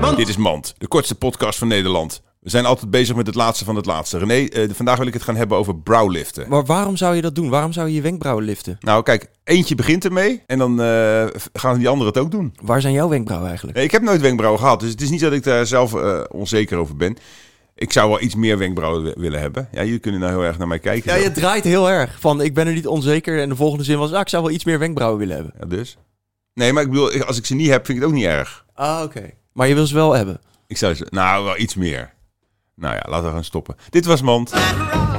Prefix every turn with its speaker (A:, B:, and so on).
A: Mand.
B: Dit is Mand, de kortste podcast van Nederland. We zijn altijd bezig met het laatste van het laatste. René, eh, vandaag wil ik het gaan hebben over browliften.
A: Maar waarom zou je dat doen? Waarom zou je je wenkbrauwen liften?
B: Nou, kijk, eentje begint ermee en dan eh, gaan die anderen het ook doen.
A: Waar zijn jouw wenkbrauwen eigenlijk?
B: Nee, ik heb nooit wenkbrauwen gehad, dus het is niet dat ik daar zelf eh, onzeker over ben. Ik zou wel iets meer wenkbrauwen wi- willen hebben. Ja, jullie kunnen nou heel erg naar mij kijken.
A: Ja,
B: zo.
A: je draait heel erg. Van ik ben er niet onzeker. En de volgende zin was, ah, ik zou wel iets meer wenkbrauwen willen hebben.
B: Ja, dus? Nee, maar ik bedoel, ik- als ik ze niet heb, vind ik het ook niet erg.
A: Ah, oké. Maar je wil ze wel hebben.
B: Ik zou ze, nou, wel iets meer. Nou ja, laten we gaan stoppen. Dit was Mand.
C: Rock